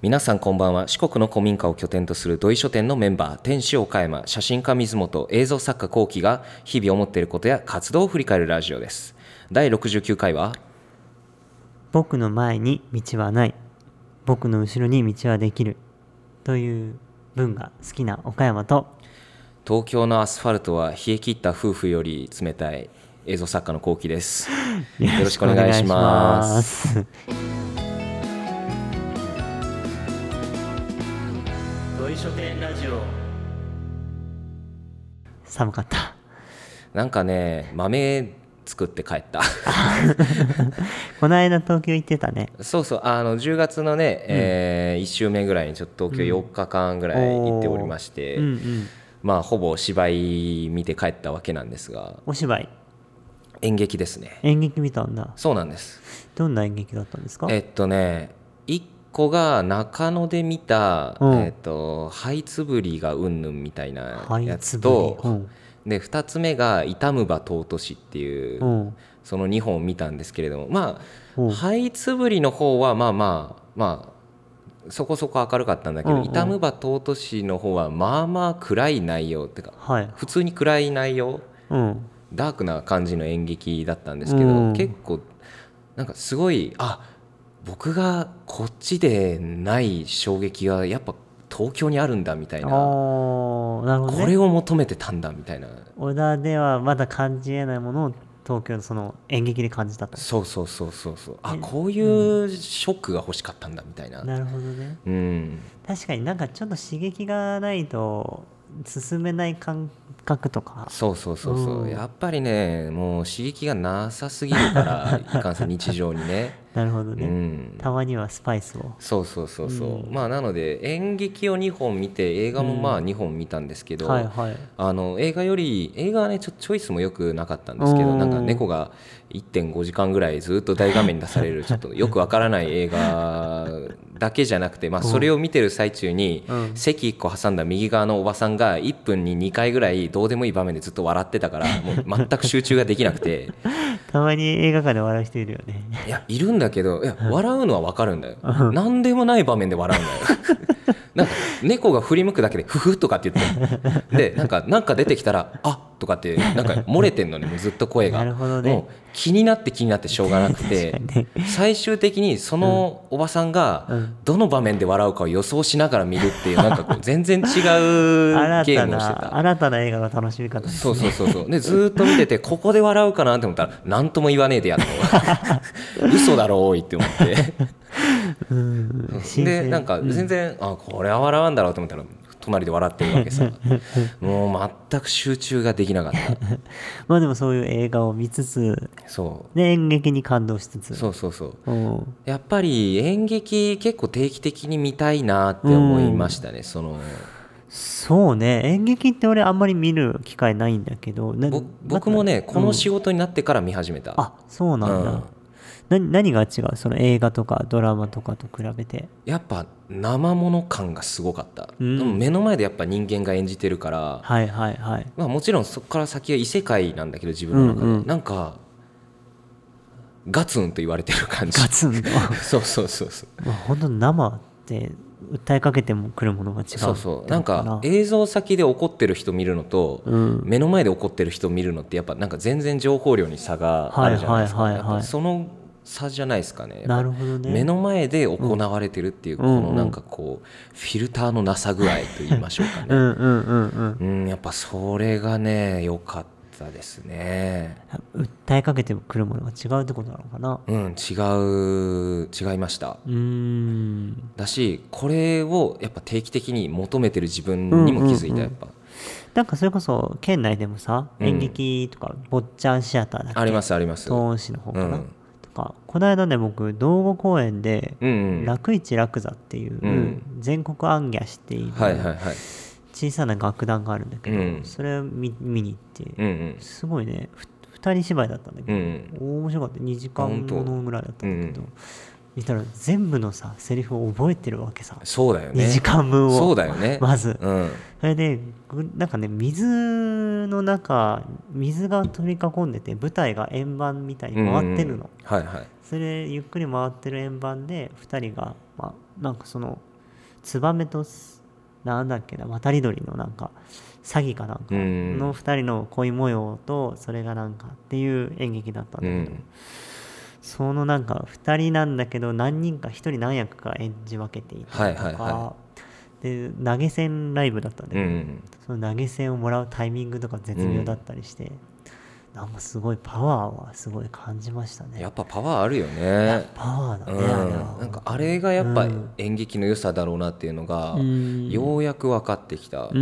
皆さんこんばんは四国の古民家を拠点とする土井書店のメンバー天使岡山写真家水本映像作家幸喜が日々思っていることや活動を振り返るラジオです第69回は僕の前に道はない僕の後ろに道はできるという文が好きな岡山と東京のアスファルトは冷え切った夫婦より冷たい映像作家の幸喜ですよろしくお願いしますす。土井書店ラジオ寒かった。なんかね豆作って帰った この間東京行ってたね。そうそうあの10月のね、え1週目ぐらいにちょっと東京4日間ぐらい行っておりまして、うんうん。まあほぼ芝居見て帰ったわけなんですがお芝居演劇ですね演劇見たんだ。そうなんですどんな演劇だったんですか？えっとね1個が中野で見た、うんえっと「灰つぶりがうんぬん」みたいなはいやつつぶと、りで2つ目が「痛むば尊し」っていう、うんうんその2本を見たんですけれどもまうんあ灰つぶりの方はまあまあまあそこそこ明るかったんだけどう「んうん痛むば尊し」の方はまあまあ暗い内容ってかはい。普通に暗い内容うんダークな感じの演劇だったんですけど、うん結構なんかすごいあ僕がこっちでない衝撃がやっぱ東京にあるんだみたいああな、ーなるほどこねれ。を求めてたんだみたいな小田ではまだ感じえないものを東京のその演劇で感じたと。そうそうそうそうそうあねこういうショックが欲しかったんだみたいななるほどね。うん確かになんかちょっと刺激がないと進めない感覚とかそうそうそうそう、うんやっぱりねもう刺激がなさすぎるからいかんせん日常に ねなるほどうね、んたまにはスパイスをそうそうそうそう、うんまあなので演劇を2本見て映画もまあ2本見たんですけど、はいはいあの映画より映画はねちょチョイスもよくなかったんですけどうんなんか猫が1.5時間ぐらいずっと大画面に出さ れるちょっとよくわからない映画だけじゃなくて、まあ、うんそれを見てる最中に、うん席1個挟んだ右側のおばさんが1分に2回ぐらいどうでもいい場面でずっと笑ってたからもう全く集中ができなくてたまに映画館で笑う人いるよねいやいるんだけどいや笑うのはわかるんだよ何でもない場面で笑うんだよ なんか猫が振り向くだけで「ふふ」とかって言 ってでなんかなんか出てきたら「あとかってなんか漏れてんのにもうずっと声がなるほどねもう気になって気になってしょうがなくて確か最終的にそのおばさんうがんどの場面で笑うかを予想しながら見るっていうなんかこう全 然違う 新ゲーたムをしてたな。新たな映画の楽しみ方 ですそうそうそうそうでずーっと見ててここで笑うかなって思ったら何とも言わねえでやるの 嘘だろおいって思ってうん新で鮮なんか全然、あこれは笑わんだろうと思ったら隣で笑ってるわけ さもう全く集中ができなかっまあでもそういう映画を見つつたそうで演劇に感動しつつそうそうそううんやっぱり演劇結構定期的に見たいなって思いましたね、そのそうね演劇って俺あんまり見る機会ないんだけどなぼ僕もねこの仕事になってから見始めた、あそうなんだ、うんな何が違うその映画とかドラマとかと比べてやっぱ生もの感がすごかった、うんでも目の前でやっぱ人間が演じてるから、はいはいはいまあ、もちろんそこから先は異世界なんだけど自分の中で、うんうんなんかガツンと言われてる感じガ ツンとそうそうそうそうまあ本当に生って訴えかけてもくるものが違うそうそうなんってことか映像先で怒ってる人見るのと、うん目の前で怒ってる人見るのってやっぱなんか全然情報量に差があるじゃないですか、はいはいはいはいやっぱその差じゃないですかねなるほどね目の前で行われてるっていう、うんこうんのうんなんかこうフィルターのなさ具合と言いましょうかね、うんうんうんうんうん、やっぱそれがね良かったですね。訴えかけてもくるものが違うってことなのかなうん、違う違いましたうーんだしこれをやっぱ定期的に求めてる自分にも気づいた、うんうんうんやっぱなんかそれこそ県内でもさうん演劇とか坊ちゃんシアターだっけありますあります東温市の方かな、うんとかこの間ね僕道後公園でうんうんはい楽市楽座っていう、うん全国アンギャしているはいはい小さな楽団があるんだけど、うんそれを見見に行って、うんうんすごいねふ2人芝居だったんだけうど、ん面白かった2時間あ本当ものぐらいだったんだけど、うん見たら全部のさセリフを覚えてるわけさ、そうだよね2時間分をそうだよね まず、うんそれでぐなんかね水の中水が取り囲んでて舞台が円盤みたいに回ってるの、うんうんはいはいそれゆっくり回ってる円盤で2人が、まあ、なんかそのツバメとすなんだっけな渡り鳥のなんか詐欺かなんかうんの2人の恋模様とそれがなんかっていう演劇だったんだうけど、んそのなんか2人なんだけど何人か1人何役か演じ分けていたりとか、はいはいはで投げ銭ライブだったんだうけど、んその投げ銭をもらうタイミングとか絶妙だったりして、なんかすごいパワーはすごい感じましたねやっぱパワーあるよねパワーだうね、んあれはなんかあれがやっぱうん演劇の良さだろうなっていうのがうんようやく分かってきたうんうんう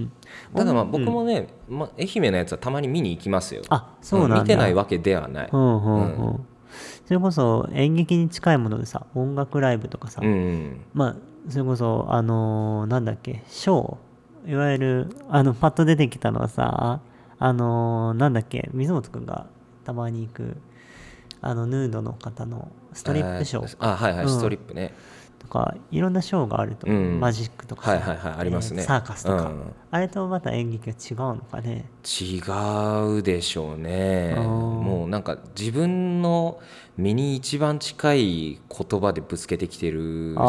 んただまあうん僕もね、まあ、愛媛のやつはたまに見に行きますよあそうなんだ、ん見てないわけではない、うんうんうんそれこそ演劇に近いものでさ音楽ライブとかさ、うんまあそれこそあのーなんだっけショーいわゆるあのパッと出てきたのはさあのーなんだっけ水本くんがたまに行くあのヌードの方のストリップショえーーあはいはい、うんストリップねとかいろんなショーがあると、うんマジックとかさはいはいはいありますねえーサーカスとか、うんあれとまた演劇は違うのかね違うでしょうねあーもうなんか自分の身に一番近い言葉でぶつけてきてるじゃないですあか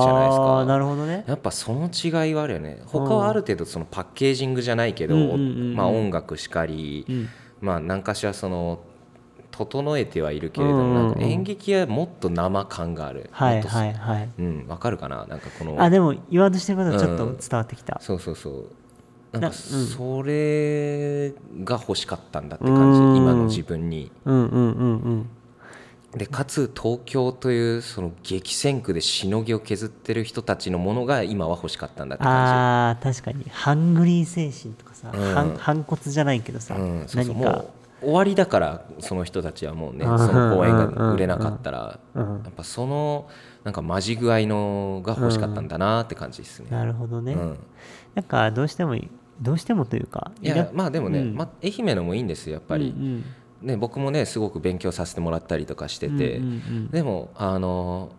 あーなるほどねやっぱその違いはあるよね他はある程度そのパッケージングじゃないけど、うんうんうんうんまあ、音楽しかり、うんまあ何かしらその整えてはいるけれどうんうんうんもなんか演劇はもっと生感があるはいもっとはいはいうんわかるかななんかこのあでも言わんとしてることはちょっとうん伝わってきた、そうそうそうなんなかうんそれが欲しかったんだって感じうん今の自分にうん、うんうんうんでかつ東京というその激戦区でしのぎを削ってる人たちのものが今は欲しかったんだって感あー確かにハングリー精神とかさ、うん反反骨じゃないけどじ、さ、うん、そうそう何もかう終わりだからその人たちはもうねそうんの公演が売れなかったらうんやっぱそのなんか混じ具合のが欲しかったんだなって感じですね。なるほどね、うんなんかどうしてもどうしてもというかいやまあでもね、うんまあ、愛媛のもいいんですよやっぱり、うんね、僕もねすごく勉強させてもらったりとかしてうんて、うんうんでもあの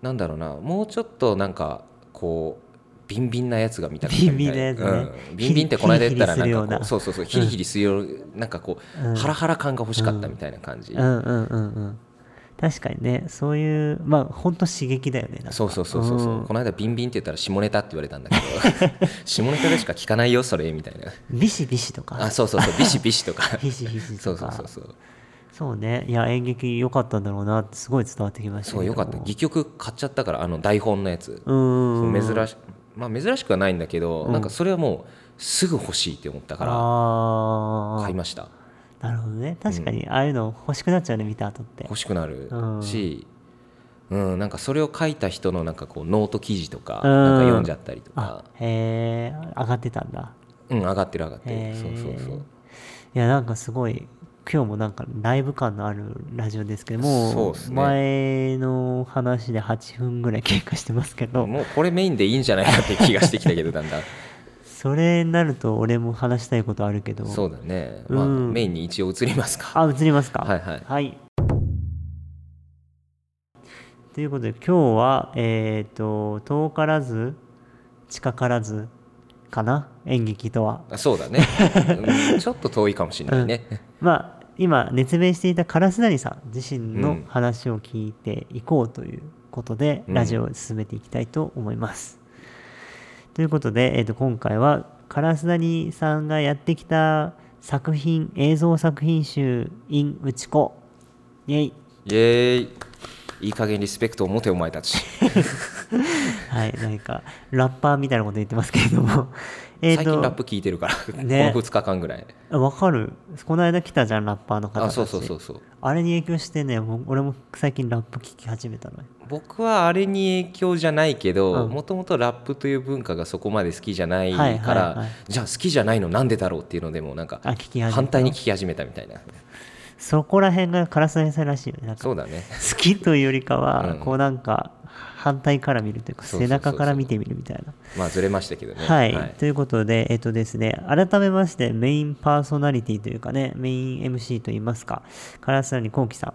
なんだろうなもうちょっとなんかこうビンビンなやつが見たかったみたいビンビンなやつねうん、ビンビンってこの間言ったらなヒリヒリするよんかうなこうそうそうそうヒリヒリするようなんかこう、うんハラハラ感が欲しかったみたいな感じ、うんうんうんうん確かにねそういうまあほんと刺激だよねなんかそうそうそうそうそう、んこの間ビンビンって言ったら下ネタって言われたんだけ ど下ネタでしか聞かないよそれみたいなビシビシとかあそうそうそうビシビシとかビシビシそとうそうかそうそうそうねいや演劇良かったんだろうなってすごい伝わってきましたそうよかった戯曲買っちゃったからあの台本のやつ、うんそう珍しまあ珍しくはないんだけど、なんかそれはもうすぐ欲しいって思ったからあ買いあましたなるほどね確かにああいうの欲しくなっちゃうね見た後って欲しくなるうんし、うんなんかそれを書いた人のなんかこうノート記事とかうんなんか読んじゃったりとあか、へえ上がってたんだうん、上がってる上がってへるえそうそうそういやなんかすごい今日もなんかライブ感のあるラジオですけどそうもっすうね前の話で8分ぐらい経過してますけどもうこれメインでいいんじゃないかって気がしてきたけどだんだんそれになると俺も話したいことあるけどそうだね、まあ、うんメインに一応移りますかあ映りますかはいはいということで今日はえっ、と遠からず近からずかな演劇とはあそうだね、う んちょっと遠いかもしれないね、まあ今熱弁していた烏谷さん自身うのん話を聞いていこうということで、うんラジオを進めていきたいと思います。ということで、えー、と今回は烏谷さんがやってきた作品映像作品集 in 内ち子イェイイエーイいい加減リスペクトを持てお前たち、 はいなんかラッパーみたいなこと言ってますけれども えー最近ラップ聞いてるから、ねこの2日間ぐらいわかるこの間来たじゃんラッパーの方たあちそうそうそうそうあれに影響してねもう俺も最近ラップ聞き始めたのよ僕はあれに影響じゃないけどうんもともとラップという文化がそこまで好きじゃないから、はいはいはいじゃあ好きじゃないのなんでだろうっていうのでもうなんかあ聞き始めた反対に聞き始めたみたいなそこら辺が烏谷さんらしいよねなんかそうだね好きというよりかはうんこうなんか反対から見るというかそうそ背うそうそう中から見てみるみたいなまあずれましたけどねはい、ということでえっとですね改めましてメインパーソナリティというかねメイン MC といいますか烏谷幸喜さん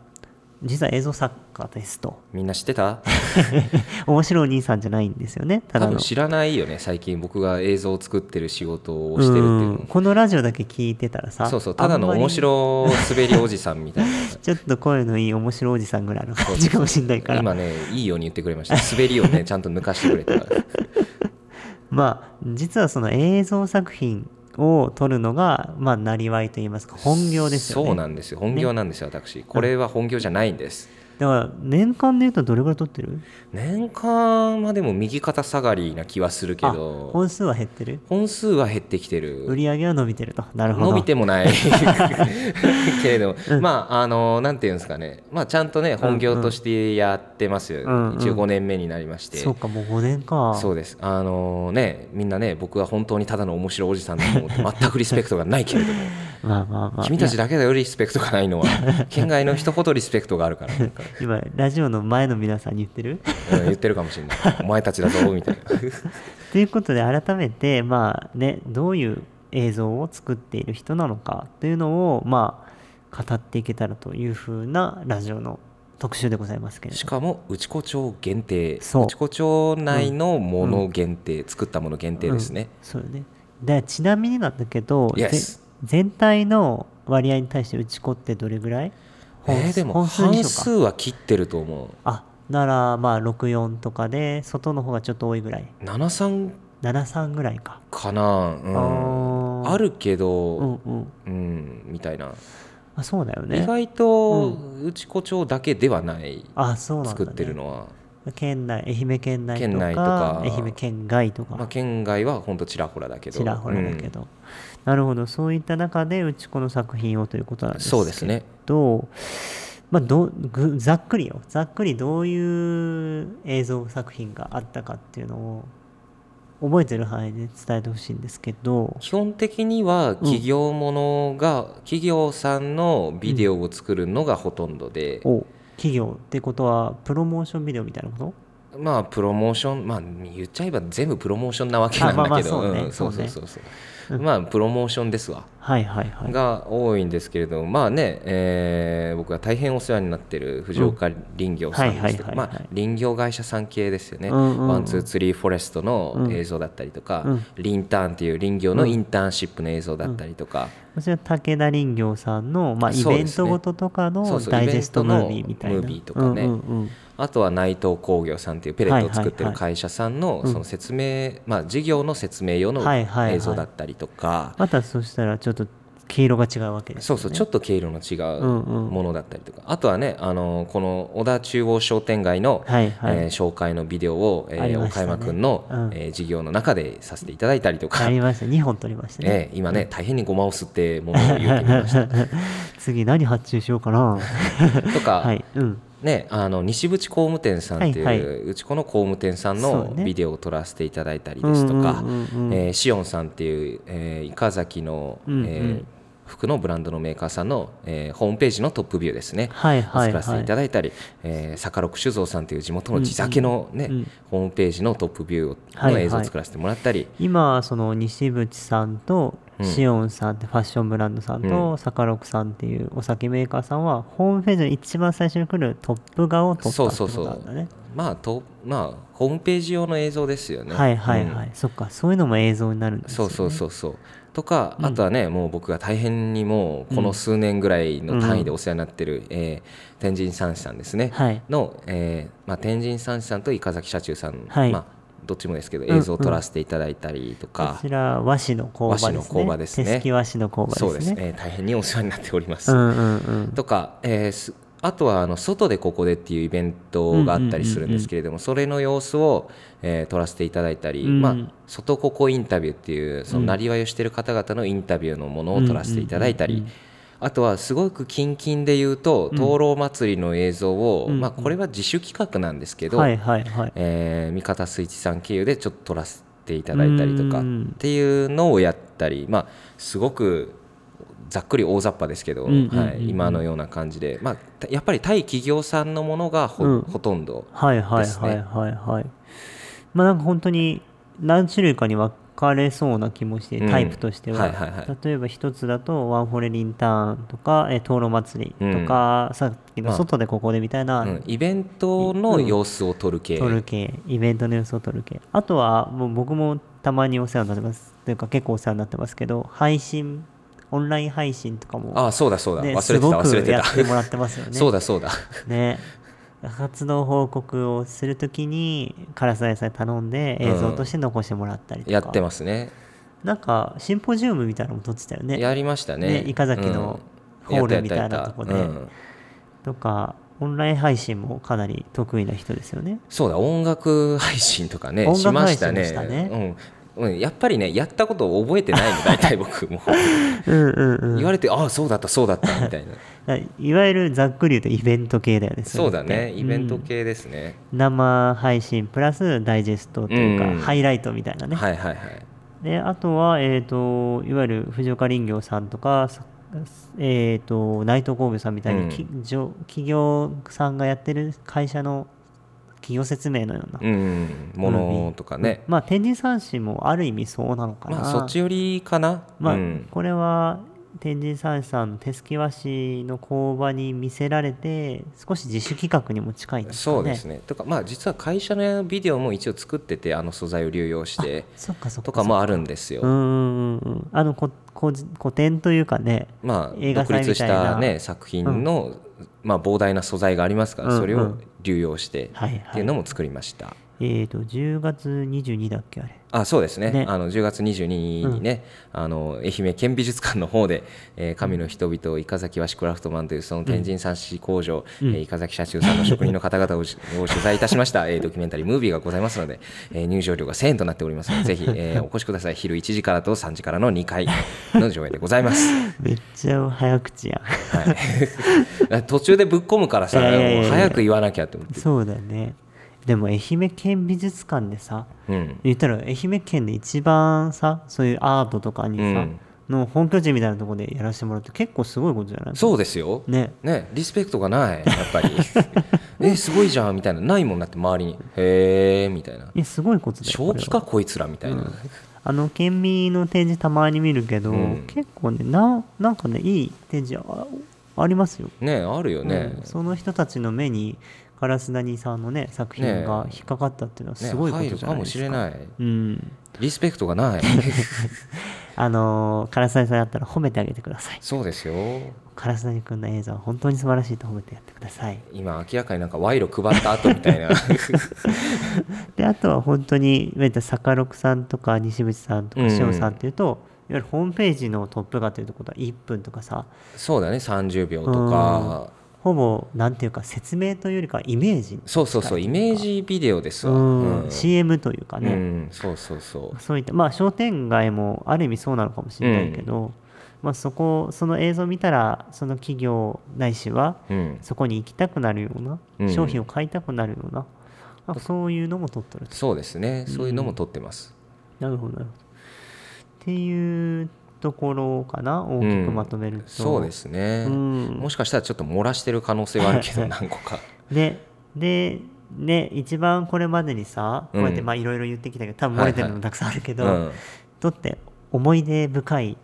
実は映像作家ですとみんな知ってた 面白いお兄さんじゃないんですよねた多だ分の知らないよね最近僕が映像を作ってる仕事をしてるっていうのうんこのラジオだけ聞いてたらさそうそうただの面い白滑りおじさんみたいなちょっと声のいい面白いおじさんぐらいの感じかもしんないから 今ねいいように言ってくれました滑りをねちゃんと抜かしてくれたからまあ実はその映像作品を撮るのがまあなりわいといいますか本業ですよねそうなんですよ本業なんですよ私これは本業じゃないんですだから年間でいうとどれぐらい撮ってる年間までも右肩下がりな気はするけあど本数は減ってる本数は減ってきてる売り上げは伸びてるとなるほど伸びてもないけれ ども、まああのなんていうんですかね、まあ、ちゃんとね本業としてやってますよ、うんうん一応5年目になりまして、そうかもう5年かそうですあのねみんなね僕は本当にただの面白いおじさんだと思って 全くリスペクトがないけれどもまあま あまあ君たちだけだよりリスペクトがないのは 県外の人ほどリスペクトがある からなんか今ラジオの前の皆さんに言ってるうん言ってるかもしれないお前たちだぞみたいな ということで改めてまあねどういう映像を作っている人なのかというのをまあ語っていけたらというふうなラジオの特集でございますけれどしかも内子町限定そう内子町内のもの限定、作ったもの限定ですね、そうよねでちなみになんだけど、ぜ Yes 全体の割合に対して打ち子ってどれぐらい本えーでも本数にし半よ数うかは切ってると思あならまあ64とかで外の方がちょっと多いぐらいう73 73ぐらいかかな、うん、あーあるけうどんうんうん、みたいな、あそうだよ意ね外と内子町だけではない、あそうなんだ、ね、作ってるのは、県内愛媛県内とか県内とか愛媛県外とか、まあ、県外はほんとちらほらだけどちらほらだけど、なるほどそういった中でうちこの作品をということなんうんですけどそうですねと、まあ、どうぐざっくりよざっくりどういう映像作品があったかっていうのを覚えてる範囲で伝えてほしいんですけど基本的には企業ものが、企業さんのビデオを作るのがほとんどで、お企業ってことはプロモーションビデオみたいなことまあプロモーションまあ言っちゃえば全部プロモーションなわけなんあまあまだあけどそうねうんそうそうそうねそうそうまあプロモーションですわはいはいはいが多いんですけれどもまあね、えー僕が大変お世話になってる藤岡林業さんですけどうんまはいはあいはいはい林業会社さん系ですよね、うんうんうんワンツーツリーフォレストの映像だったりとか、うんリンターンっていう林業のインターンシップの映像だったりとか、こちら武田林業さんの、まあ、イそうベでンすねトごととかそのうそうダイジェストムーイベビントのーみたいなムービーとかねうんうんうんあとは内藤工業さんっていうペレットを作ってはいはいはるい会社さんのその説明、まあ、事業の説明用のはいはいはい映像だったりとか、またそしたらちょっと毛色が違うわけですそうそうちょっと毛色の違うものだったりとか、あとはねあのこの小田中央商店街の、はいはいえー紹介のビデオを、えありーまし岡たね山君の、うんえー事業の中でさせていただいたりとか、ありました2本取りましたね、えー今ね大変にごまを吸ってものを言うてみました 次何発注しようかな とか、はいうんね、あの西口工務店さんっていう、はいはうちこの工務店さんそのうねビデオを撮らせていただいたりですとか、うんうんうんうんえーシオンさんっていう、えー、伊崎の、うんうんえー服のブランドのメーカーさんの、えーホームページのトップビューですね、はいはい作らせはていたいだいたり、えー坂六酒造さんという地元の地酒の、ねうんうんホームページのトップビューはいをのはい映像を作らせてもらったり、今その西渕さんとうんシオンさんってファッションブランドさんうとサカロクさんっていうお酒メーカーさんはホームページの一番最初に来るトップ画を撮ったそっうてそこうそとうなんだねまあとまあ、ホームページ用の映像ですよね。はいはいうんはい、そっかそういうのも映像になるんですそよ、うね、そうそうそうとかあとはね、もう僕が大変にもうこうのん数年ぐらいの単位でお世話になってる、えー天神三師さんですね、はいの、えーまあ、天神三師さんと伊香崎社中さん、はいまあ、どっちもですけどんうん映像を撮らせていただいたりとこか、ちら和紙の工場です和ね紙の工場ですね手すき和紙の工場ですねそうですね、えー大変にお世話になっております。うんうんうんとか、えーすあとはあの外でここでっていうイベントがあったりするんですけれども、それの様子を、えー撮らせていただいたり、うんまあ、外ここインタビューっていうそのなりわいをしてる方々のインタビューのものを撮らせていただいたり、うんうんうんあとはすごく近々で言うと灯籠祭りの映像を、うんまあ、これは自主企画なんですけど、はいはいはいえー、三方水一さん経由でちょっと撮らせていただいたりとかうっんていうのをやったり、まあ、すごくざっくり大雑把ですけど、うんうんうんうんはい、今のような感じで、まあ、たやっぱり対企業さんのものがほ,、うんほとんどはいはいですはねいはいはいまあなんか本当に何種類かに分かれそうな気もして、うんタイプとしては,、はいはいはい例えば一つだとワンフォレリンターンとかえー灯籠祭りとか、さっきのまあ外でここでみたいな、うん、イベントの様子を撮る系、撮る系イベントの様子を撮る系あとはもう僕もたまにお世話になってますというか結構お世話になってますけど配信オンライン配信とかもああそうだそうだ、ね忘れてた忘れてすごくやたってもらってますよ ねそうだそうだね活動報告をするときに唐沢野菜頼んで映像として残してもらったりとか、やってますねなんかシンポジウムみたいなのも撮ってたよねやりましたねね伊香崎のうんホールやったやったやったみたいなとこでとかオンライン配信もかなり得意な人ですよねそうだ音楽配信とかね音楽しました配ね信もしたねうんうん、やっぱりねやったことを覚えてないの大体僕もうん うんうん言われてああそうだったそうだったみたいなだいわゆるざっくり言うとイベント系だよねれそうだっねてイベントうん系ですね、生配信プラスダイジェストというか、うんハイライトみたいなね、はいはいはいであとは、えー、といわゆる藤岡林業さんとか、さえー、と内藤工業さんみたいに、うんきじょ企業さんがやってる会社の企業説明のような、うんものとかね、まあ、天神三市もある意味そうなのかな、まあそっち寄りかな、まあうん、これは天神三市さんの手すき和紙の工場に見せられて少し自主企画にも近いんですかね。そうですねとかまあ実は会社のビデオも一応作っててあの素材を流用してそっかそっかとかもあるんですよ、うんうんうんあのここ古典というかねまあ、映画独祭立みしたいなた、ね、作品の、まあ、膨大な素材がありますから、うんそれうをん流用してはいはいっていうのも作りました、えっ、と10月22だっけあれあそうですねねあの10月22日にね、あの愛媛県美術館の方で「えー神の人々伊香崎和紙クラフトマン」というその天神三市工場、えー伊香崎社中さんの職人の方々を を取材いたしました、えードキュメンタリームービーがございますので、えー入場料が1000円となっており ますのでぜひ、えーお越しください昼1時からと3時からの2回の上映でございます。 めっちゃ早口やはい、途中でぶっ込むからさ、いやいやいやいやもう早く言わなきゃって思っんて、 そうだねでも愛媛県美術館でさうん、言ったら愛媛県で一番さそういうアートとかにさ、うんの本拠地みたいなところでやらせてもらうって結構すごいことじゃないそうですよ、ねリスペクトがないやっぱ りえすごいじゃんみたいなないもんなって周りにへえみたいないやすごいことだよ正これは気かこいつらみたいな、あの県民の展示たまに見るけど、うん結構ねななんかねいい展示あありますよねあるよね、うんその人たちの目に烏谷さんのね作品が引っかかったっていうのはねすごいこと入じるゃかないですか,、もしれないうんリスペクトが ないあのー、唐沢さんだったら褒めてあげてくださいそうですよ唐沢君の映像は本当に素晴らしいと褒めてやってください今明らかになんか賄賂配った後みたい なであとは本当にえば坂六さんとか西口さんとかうん塩さんっていうと、いわゆるホームページのトップ画というところは1分とかさそうだね30秒とかほぼなんていうか説明というよりかはイメージにそうそうそうイメージビデオですわうんうん CM というかね、うん、そうそうそうそういったまあ商店街もある意味そうなのかもしれないけど、まあ、そこその映像を見たらその企業ないしはうん、そこに行きたくなるような、うん商品を買いたくなるようななんかそういうのも撮っとるとそうですね、そういうのも撮ってます。なるほどなるほどっていうところかな大きくまとめると、そうですね、うんもしかしたらちょっと漏らしてる可能性はあるけ ど、何個か。ででね一番これまでにさこうやってうんまあいろいろ言ってきたけど多分漏れてるのもたくさんあるけど、うん撮って思い出深い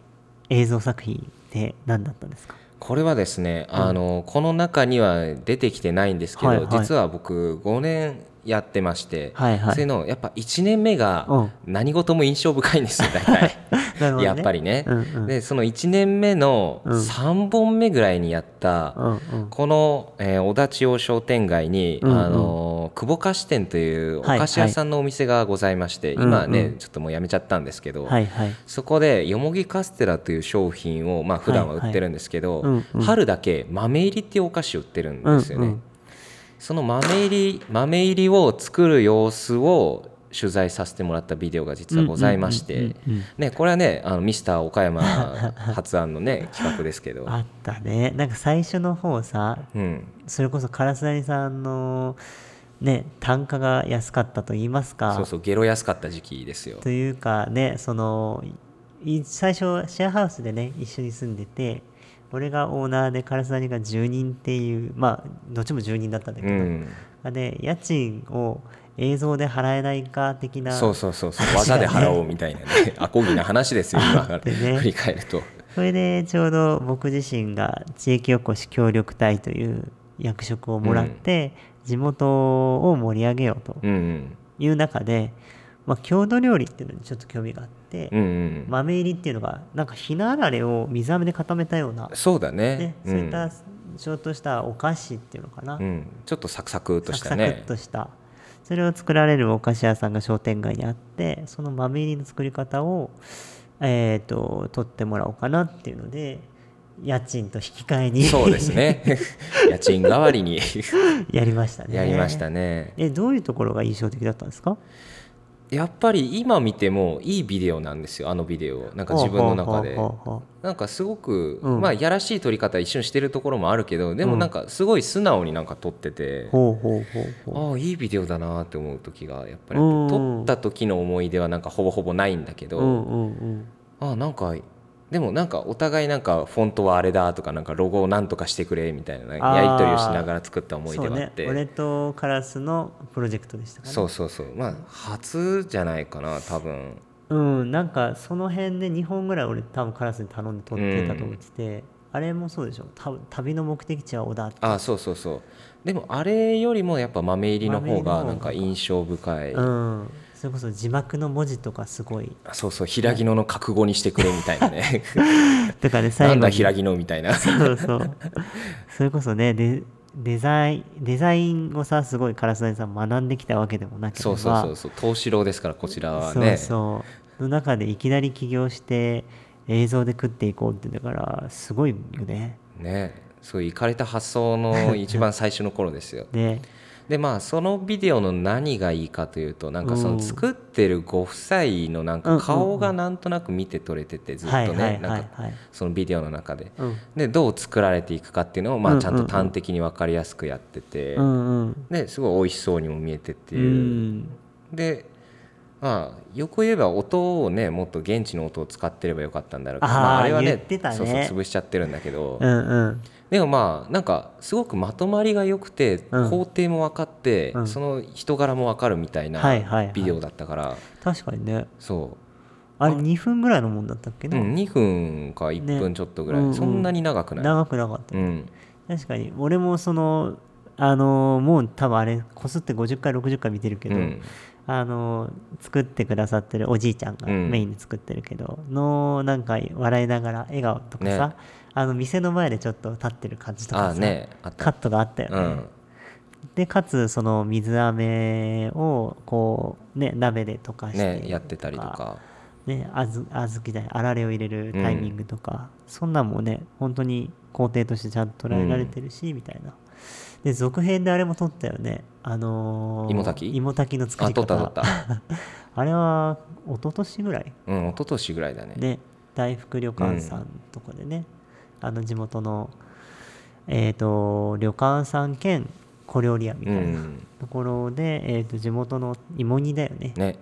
映像作品って何だったんですかこれはですね、あのこの中には出てきてないんですけど、はいはい実は僕5年やってまして、はいはいそういうのやっぱ1年目うがん何事も印象深いんですよ大体 なるほど ねやっぱりね、うんうんでその1年目のうん3本目ぐらいにやった、うんうんこの、えー小田千代商店街に、うんうんあのー久保菓子店というお菓子屋さんのお店がございまして、はい今はね、うんうんちょっともうやめちゃったんですけど、はいはいそこでよもぎカステラという商品を、まあ普段は売ってるんですけど、はいはいうんうん春だけ豆入りっていうお菓子を売ってるんですよね、うんうんその豆入り豆入りを作る様子を取材させてもらったビデオが実はございまして、うんうんうんうんね、これはねあのミスター岡山発案の ね企画ですけど、あったねなんか最初の方さうん、それこそ唐沢さんのね単価が安かったと言いますかそうそうゲロ安かった時期ですよというかねそのい最初シェアハウスでね一緒に住んでて俺がオーナーで唐沢が住人っていうまあどっちも住人だったんだけうど、ん、中で家賃を映像で払えないか的なそうそうそうそう技で払おうみたいな ねアコギな話ですよ今あかっらてね振り返るとそれでちょうど僕自身が地域おこし協力隊という役職をもらって、地元を盛り上げようとうんうんいう中で、まあ、郷土料理っていうのにちょっと興味があって、うんうん豆入りっていうのがなんかひなあられを水飴で固めたような、そうだねねうんそういったちょっとしたお菓子っていうのかな、うん、ちょっとサクサクっとサしクたサクっねとしたそれを作られるお菓子屋さんが商店街にあってその豆入りの作り方をえっ、と取ってもらおうかなっていうので家賃と引き換えにそうですね家賃代わりに やりましたねやりましたねえどういうところが印象的だったんですかやっぱり今見てもいいビデオなんですよあのビデオなんか自分の中でほうほうほうほなんかすごく、うんまあやらしい撮り方一瞬してるところもあるけどでもなんかすごい素直になんか撮ってて、うほうほうほうああいいビデオだなって思う時がやっぱりうん撮った時の思い出はなんかほぼほぼないんだけど、うんうんうんああなんかでもなんかお互いなんかフォントはあれだとかなんかロゴをなんとかしてくれみたいなあーやり取りをしながら作った思いそ出うがあねって俺とカラスのプロジェクトでしたかねそうそうそうまあ初じゃないかな多分うんなんかその辺で2本ぐらい俺多分カラスに頼んで撮ってたと思ってて、あれもそうでしょた旅の目的地は小田ってああそうそうそうでもあれよりもやっぱ豆入りの方がなんか印象深い、うんそれこそ字幕の文字とかすごいあそうそう平木野の覚悟にしてくれみたいなねだからね な最ん後だに平木野みたいなそうそうそれこそねデデザインデザインをさすごいカラス谷さん学んできたわけでもなければそうそうそうそう東四郎ですからこちらはそうねそうの中でいきなり起業して映像で食っていこうってだからすごいよねねそういういかれた発想 の一番最初の頃ですよででまあそのビデオの何がいいかというとなんかそうんの作ってるご夫妻のなんうんうんかうん顔がなんとなく見て取れててずっとはいはいねはないんかはいそのビデオの中で。うんでどう作られていくかっていうのをうんまうあんちゃんと端的に分かりやすくやっててうんうんですごい美味しそうにも見えてってういうんでまあよく言えば音をねもっと現地の音を使ってればよかったんだろうけどあーまああれは言っねてたねそうそう潰しちゃってるんだけどうんうんでもまあなんかすごくまとまりが良くてうん工程も分かって、うんその人柄も分かるみたいなはいはいはいビデオだったから、確かにねそあれ2分ぐらいのもんだったっけう、うな、ん、2分か1分ちょっとぐらい、ねうんうんそんなに長くない、うん長くなかった、確かに俺もそのあのーもう多分あれこすって50回60回見てるけど、うんあのー作ってくださってるおじいちゃんがうんメインで作ってるけど、のなんか笑いながら笑顔とかさ、ねあの店の前でちょっと立ってる感じとあかあさ、ねあっカッた、トがあったよね、うん、でかつその水飴をこうね鍋で溶かして、ねやってたりとかね、あずあずきだあられを入れるタイミングとか、そんなんもね本当に工程としてちゃんと捉えられてるし、みたいなで続編であれも撮ったよねあのー、芋炊き芋炊きの作りあ撮った方 撮ったあれは一昨年ぐらいうん一昨年ぐらいだねね大福旅館さんとかでね、あの地元のえっ、と旅館さん兼小料理屋みたいな、うんところで、えー、と地元の芋煮だよねね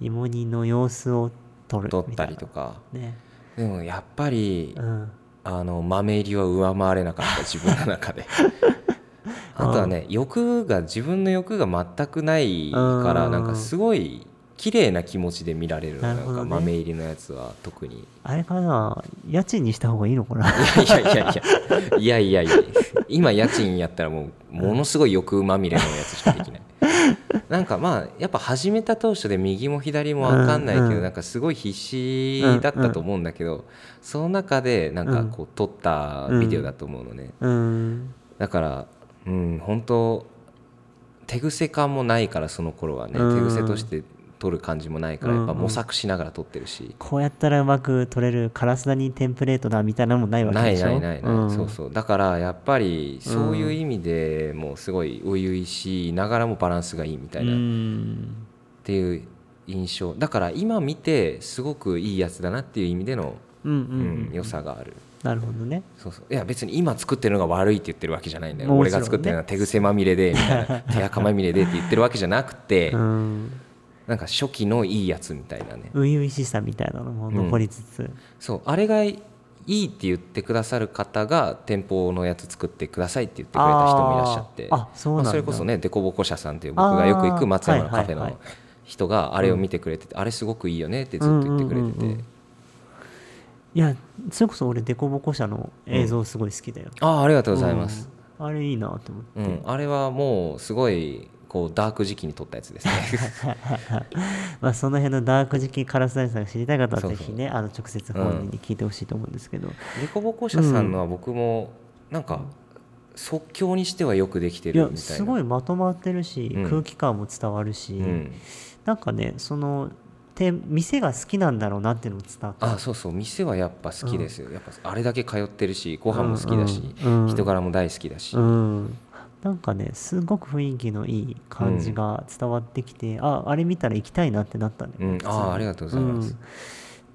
芋煮の様子を撮る撮ったりみとかたいなねでもやっぱり、うん、あの豆入りは上回れなかった自分の中 であとはね欲が自分の欲が全くないかうらんなんかすごい綺麗な気持ちで見られるのななるほんどかね豆入りのやつは特にあれかな家賃にした方がいいのかないやいやいやいやいやいや今家賃やったらもうものすごい欲まみれのやつしかでき ないなんかまあやっぱ始めた当初で右も左も分かんないけど、うんうんなんかすごい必死だったと思うんだけど、その中でなんかこう撮ったビデオだと思うのね、うんだからうん本当手癖感もないからその頃はねうん手癖として取る感じもないからやっぱうんうん模索しながら取ってるし、こうやったらうまく取れるカラスダにテンプレートだみたいなのもないわけなでいしょないないない、うん、そうそうだからやっぱりそういう意味でもうすごい初々しいながらもバランスがいいみたいな、うっんていう印象だから今見てすごくいいやつだなっていう意味での、うんうんううんん良さがあるなるほどねそうそういや別に今作ってるのが悪いって言ってるわけじゃないんだよ、も俺ちろんねが作ってるのは手癖まみれでみたい な手垢まみれでって言ってるわけじゃなくて、うんなんか初期のいいやつみたいなね、初々しさみたいなのも残りつつ、そうあれがいいいって言ってくださる方が店舗のやつ作ってくださいって言ってくれた人もいらっしゃってあーあそうなんだまあ、それこそねデコボコ社さんっていう僕がよく行く松山のカフェあーはいはいのは人があれを見てくれてて、あれすごくいいよねってずっと言ってくれてて、うんうんうんうんいやそれこそ俺デコボコ社の映像すごい好きだよ、ああありがとうございます、うん、あれいいなと思って、うんあれはもうすごいこうダーク時期に撮ったやつですねまあ、その辺のダーク時期カラスダイさんが知りたい方はぜひそうねあの直接本人に聞いてほしいと思うんですけど、デコボコ社さんのは僕もなんか即興にしてはよくできているみたいやなすごいまとまってるし、うん空気感も伝わるし、うん、なんかねそのて店が好きなんだろうなっていうのも伝わったあそうそう店はやっぱ好きですよ、やっぱあれだけ通ってるしご飯も好きだし、うんうん人柄も大好きだし、うん、なんかねすごく雰囲気のいい感じが伝わってきて、ああれ見たら行きたいなってなったね、うんあーありがとうございますん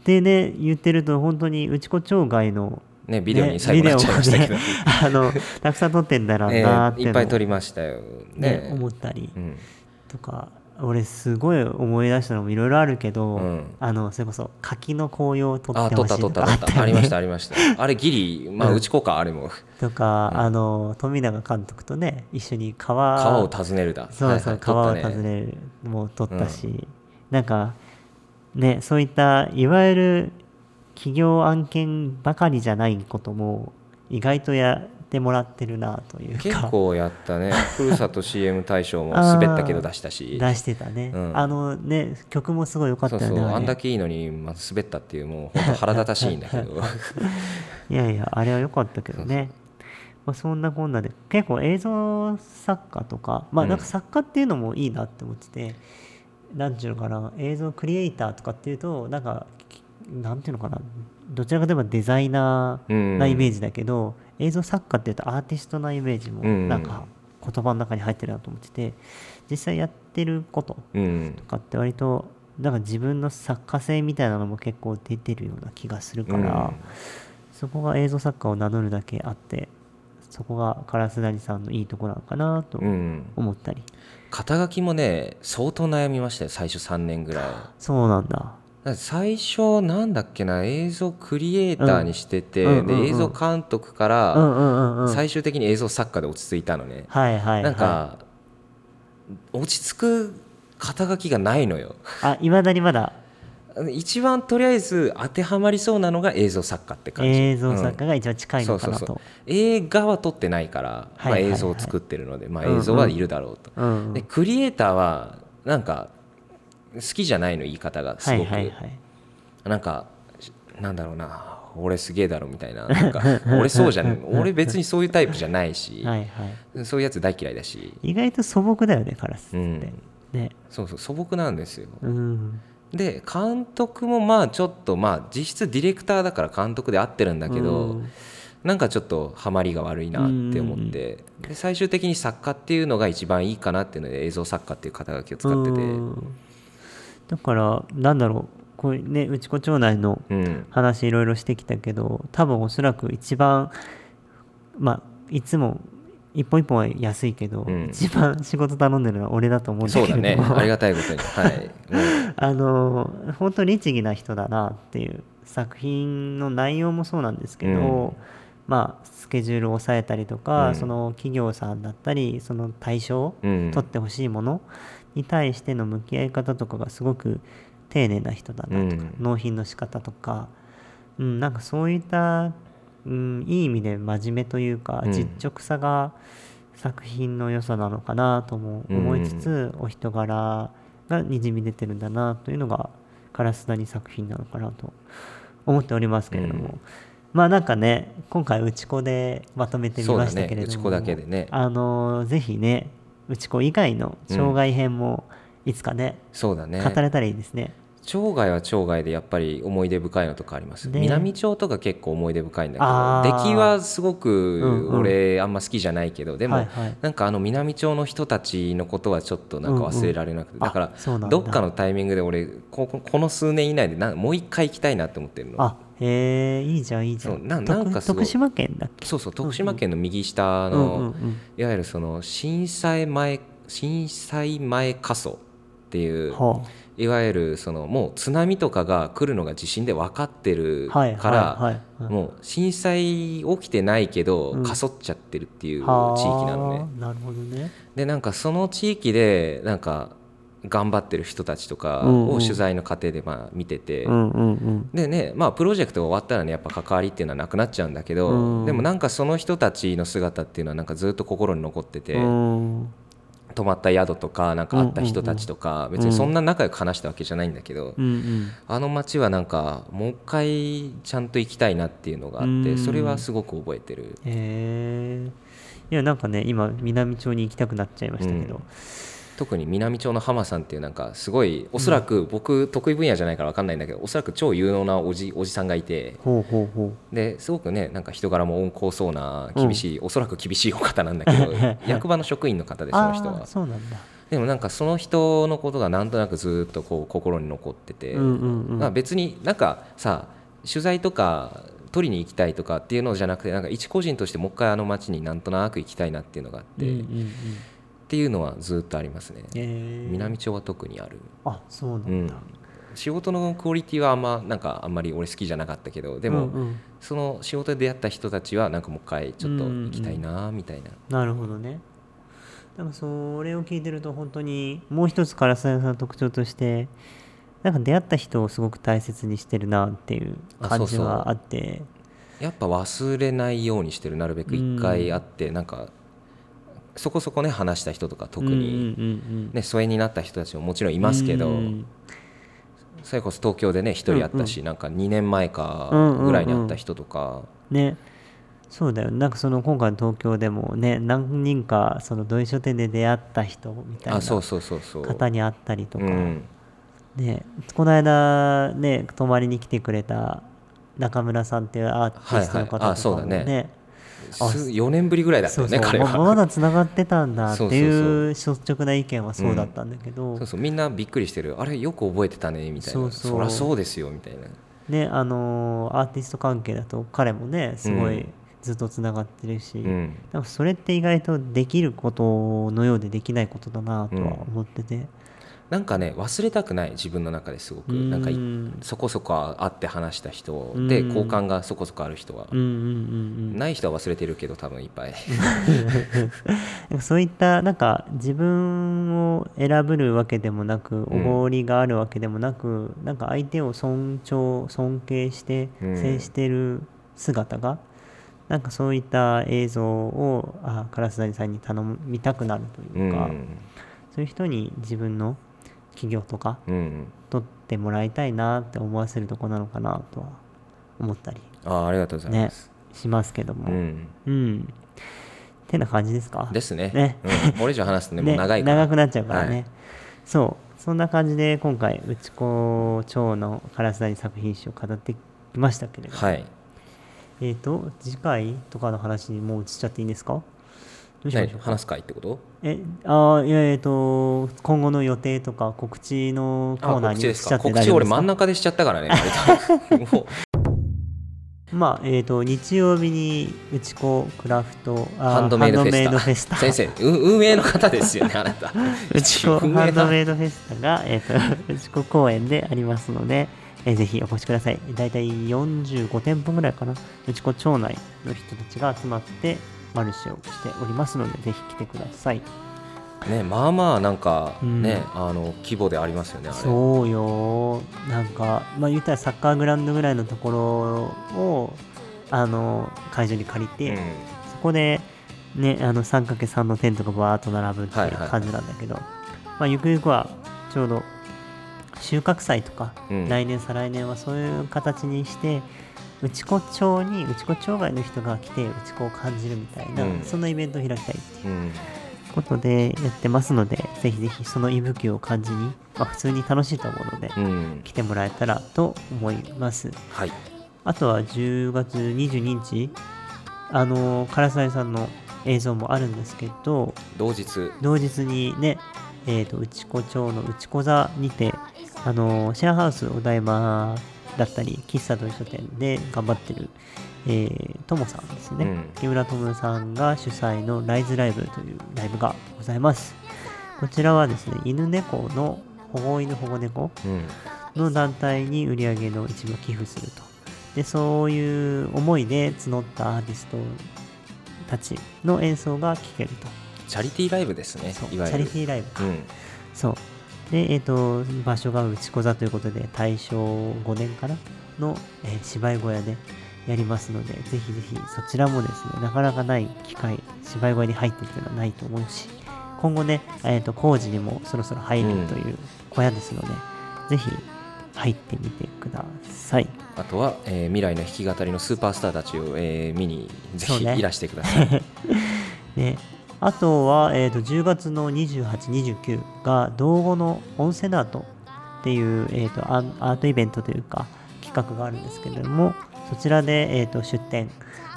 でね言ってると本当に内子町外のねビデオに最後になっちゃいましたけど、ねビデオもねあのたくさん撮ってんだろうえなーってーいっぱい撮りりましたよねね思ったりうん、とか俺すごい思い出したのもいろいろあるけど、うんあのそれこそ柿の紅葉を撮っあて撮ほっしたい撮とったか撮あっったたありよましねたありましたあれギリまあ打ちこうかあれもとか、あの富永監督とね一緒に川川を訪ねるだそうそう、川を訪るねるのも撮ったし、なんかねそういったいわゆる企業案件ばかりじゃないことも意外とやってもらってるなというか結構やったねふるさと CM 大賞も滑ったけど出したし出してたね、うんあのね曲もすごい良かったそうよねそうあれあんだけいいのに、まあ、滑ったっていうもう本当腹立たしいんだ けどいやいやあれは良かったけどねまあ、そんなこんなで結構映像作家とかまあうんなんか作家っていうのもいいなって思ってて、なんていうのかな映像クリエイターとかっていうとなんかきなんていうのかなどちらかといえばデザイナーなイメージだけど、映像作家っていうとアーティストなイメージもうんなんか言葉の中に入ってるなと思ってて実際やってることうんとかって割となんか自分の作家性みたいなのも結構出てるような気がするかうんら、そこが映像作家を名乗るだけあってそこが烏谷さんのいいとこなのかなとうん思ったり、肩書きもね相当悩みましたよ最初3年ぐらいだかそうなんだら最初なんだっけな映像クリエイターにしてて、うんうんうんうんで映像監督かうらんうんうんうん最終的に映像作家で落ち着いたのね、はいはい、はい、なんか落ち着く肩書きがないのよあいまだにまだ一番とりあえず当てはまりそうなのが映像作家って感じ映像作う家んが一番近いのかなそうそうと映画は撮ってないから、はいはいはいまあ、映像を作ってるので、まあ、映像はいるだろうと、うんうでんクリエイターはなんか好きじゃないの言い方がすはごいく、はいはいなんかしなんだろうな俺すげえだろみたいななんか 俺そうじゃ ん俺別にそういうタイプじゃないし、はいはいそういうやつ大嫌いだし、意外と素朴だよねカラスって、うん、ねそうそう素朴なんですようんで監督もまあちょっとまあ実質ディレクターだから監督で合ってるんだけど、うんなんかちょっとハマりが悪いなって思って、で最終的に作家っていうのが一番いいかなっていうので映像作家っていう肩書きを使ってて、うんだからなんだろうこういうねうち子町内のうん、話いろいろしてきたけど多分おそらく一番まあいつも一本一本は安いけど、うん一番仕事頼んでるのは俺だと思うんだそけうだれど ねもありがたいことに はい、うんあの本当に律儀な人だなっていう作品の内容もそうなんですけど、うんまあスケジュールを抑えたりとか、うんその企業さんだったりその対象、うん取ってほしいものに対しての向き合い方とかがすごく丁寧な人だなとか、うん納品の仕方とか、うん、なんかそういった、うん、いい意味で真面目というか、うん実直さが作品の良さなのかなとも思いつつ、お人柄がにじみ出てるんだなというのが烏谷作品なのかなと思っておりますけれども。うんまあなんかね今回内子でまとめてみましたけれども、そうだね内子だけでねあのぜひね内子以外の障害編もいつかね、そうだね語れたらいいですね町外は町外でやっぱり思い出深いのとかあります、ね南町とか結構思い出深いんだあけどー出来はすごうんくうん俺あんま好きじゃないけど、でも、はいはいなんかあの南町の人たちのことはちょっとなんか忘れられなくて、んだかあそうらなんだどっかのタイミングで俺こここの数年以内でなもう一回行きたいなって思ってるのあへえいいじゃんいいじゃそうんなな徳んかすごい徳島県だっけそうそう徳島県の右下うんうんうのんいわゆるその震災前震災前過疎っていうほいわゆるそのもう津波とかが来るのが地震で分かってうるかはいら、はいはいうんもう震災起きてないけど、うんかそっちゃってるっていう地域はあなのね。なるほどねでなんかその地域でなんか頑張ってる人たちとかうんうをん取材の過程でまあ見てて、うんうんうんでねまあプロジェクトが終わったらねやっぱ関わりっていうのはなくなっちゃうんだけど、うんでもなんかその人たちの姿っていうのはなんかずっと心に残ってて、うん泊まった宿とかなんか会った人たちとか、別にそんな仲良く話したわけじゃないんだけど、うんうんあの街はなんかもう一回ちゃんと行きたいなっていうのがあってうんそれはすごく覚えてるへえいやなんかね今南町に行きたくなっちゃいましたけど、特に南町の浜さんっていうなんかすごいおそらく僕得意分野じゃないから分かんないんだけどおそらく超有能なおじおじさんがいてほうほうほですごくねなんか人柄も温厚そうな厳しい、おそらく厳しいお方なんだけ ど役場の職員の方うでそあの人ーはそうなんだでもなんかその人のことがなんとなくずっとこう心に残ってて、うんうんうんまあ、別になんかさ取材とか取りに行きたいとかっていうのじゃなくてなんか一個人としてもう一回あの街になんとなく行きたいなっていうのがあって、うんうっんうんていうのはずっとありますね、へー南町は特にある、あそううなんんだ、、仕事のクオリティはあんまなんかあんまり俺好きじゃなかったけどでも、うんうんその仕事で出会った人たちはなんかもう一回ちょっと行きたいなみたいな、なるほどねなんかそれを聞いてると本当にもう一つ唐沢さんの特徴としてなんか出会った人をすごく大切にしてるなっていうあ感じそうそうがあってやっぱ忘れないようにしてるなるべく一回会って、なんかそこそこね話した人とか特に、うんうんうんね疎遠になった人たちももちろんいますけど、うんそれこそ東京でね一人会ったし、なんか2年前かうんうんぐらいに会った人とか、ねそうだよなんかその今回の東京でもね何人かその土井書店で出会った人みたいあそうなそうそうそう方に会ったりとか、うん、ねこの間ね泊まりに来てくれた中村さんっていうアーティストの方とかもね、はいはいあそうだねあ4年ぶりぐらいだったそようねそう彼ままはだつながってたんだっていう率直な意見はそうだったんだけど、そうそうみんなびっくりしてるあれよく覚えてたねみたいなそうそうそらそうですよみたいなねあのーアーティスト関係だと彼もねすごういんずっとつながってるし、うんなんかそれって意外とできることのようでできないことだなとは思ってて、なんかね忘れたくない自分の中ですごくうんなんかいそこそこ会って話した人うんで好感がそこそこある人はうん、うんうんうんない人は忘れてるけど多分いっぱい なんかそういったなんか自分を選ぶるわけでもなくおんごりがあるわけでもなく、なんか相手を尊重尊敬してうん制してる姿が、なんかそういった映像をあ烏谷さんに頼みたくなるとういうか、んそういう人に自分の企業とかうん撮ってもらいたいなって思わせるとこなのかなとは思ったりあーありがとうございねます、しますけども。うんうん。てな感じですかですねねうん、俺以上話すとねもうね長いからくなっちゃうからね。はいそう。そんな感じで今回、内子町の烏谷作品集を語ってきましたけれど、はいえっ、と、次回とかの話にもう移っちゃっていいんですかどうしま何しょうか話す会ってことえ、あーいや、えっ、と、今後の予定とか告知のコーナ告ーに知移でっすちゃかって告大知丈夫俺です真んか中でしちゃったからね割 ともまあ、えっ、と、日曜日に内子クラフト、うあーハンドメイドフハンドメイドフェェススタタ先生う運営の方ですよねあなた うちこ運営だハンドメイドフェスタが、えー、とうちこ公園でありますので、えーぜひお越しください。だいたい45店舗ぐらいかな。うちこ町内の人たちが集まってマルシェをしておりますので、ぜひ来てください。ねまあまあなんかうんね、あの規模でありますよねあれそうよー。なんか、まあ言ったらサッカーグラウンドぐらいのところを、あの、会場に借りて、うんそこで、ね、あの 3×3 のテントがバーッと並ぶっていはいうはい感じなんだけど、まあ、ゆくゆくはちょうど収穫祭とか、うん来年再来年はそういう形にして内子町に内子町外の人が来て内子を感じるみたいな、うんそんなイベントを開きたいっていううんことでやってますのでぜひぜひその息吹を感じに、まあ、普通に楽しいと思うので、うん来てもらえたらと思います。はいあとは10月22日、あの、唐沢さんの映像もあるんですけど、同日同日にね、えっ、と、内子町の内子座にて、あの、シェアハウスお台場だったり、喫茶と書店で頑張ってる、えー、ともさんですね。うん木村智さんが主催のライズライブというライブがございます。こちらはですね、犬猫の保護犬保護猫うんの団体に売り上げの一部を寄付するとでそういう思いで募ったアーティストたちの演奏が聴けるとチャリティーライブですねそうチいわャゆリるティーライブか、うんそうでえっ、と場所が内子座ということで大正5年からの、えー芝居小屋でやりますのでぜひぜひそちらもですねなかなかない機会芝居小屋に入ってっていうのはないと思うし今後ね、えー、と工事にもそろそろ入うるんという小屋ですので、ぜひ入ってみてくださいあとは、えー未来の弾き語りのスーパースターたちを、えー見にぜそうひねいらしてください、であとは、えー、と10月の2829が道後の温泉アートっていう、えー、とアアートイベントというか企画があるんですけれどもそちらで、えー、と出店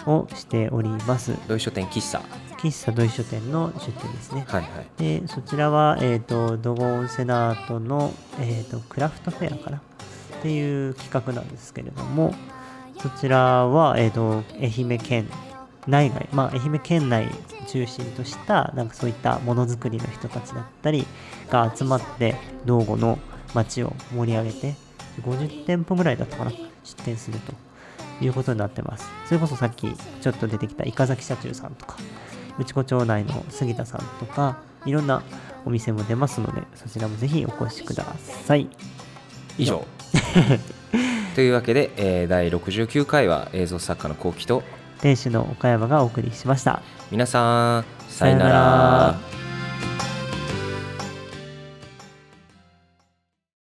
をしておりますドイ書店喫茶喫茶土井書店の出店ですねはいはいでそちらは、えー、とドゴンセナートの、えー、とクラフトフェアかなっていう企画なんですけれどもそちらは、えー、と愛媛県内外、まあ、愛媛県内中心としたなんかそういったものづくりの人たちだったりが集まって道後の街を盛り上げて50店舗ぐらいだったかな出店するということになってますそれこそさっきちょっと出てきた伊香崎社中さんとか内子町内の杉田さんとかいろんなお店も出ますのでそちらもぜひお越しください以上というわけで、えー第69回は映像作家の幸喜と店主の岡山がお送りしました皆さんさよなさらよなら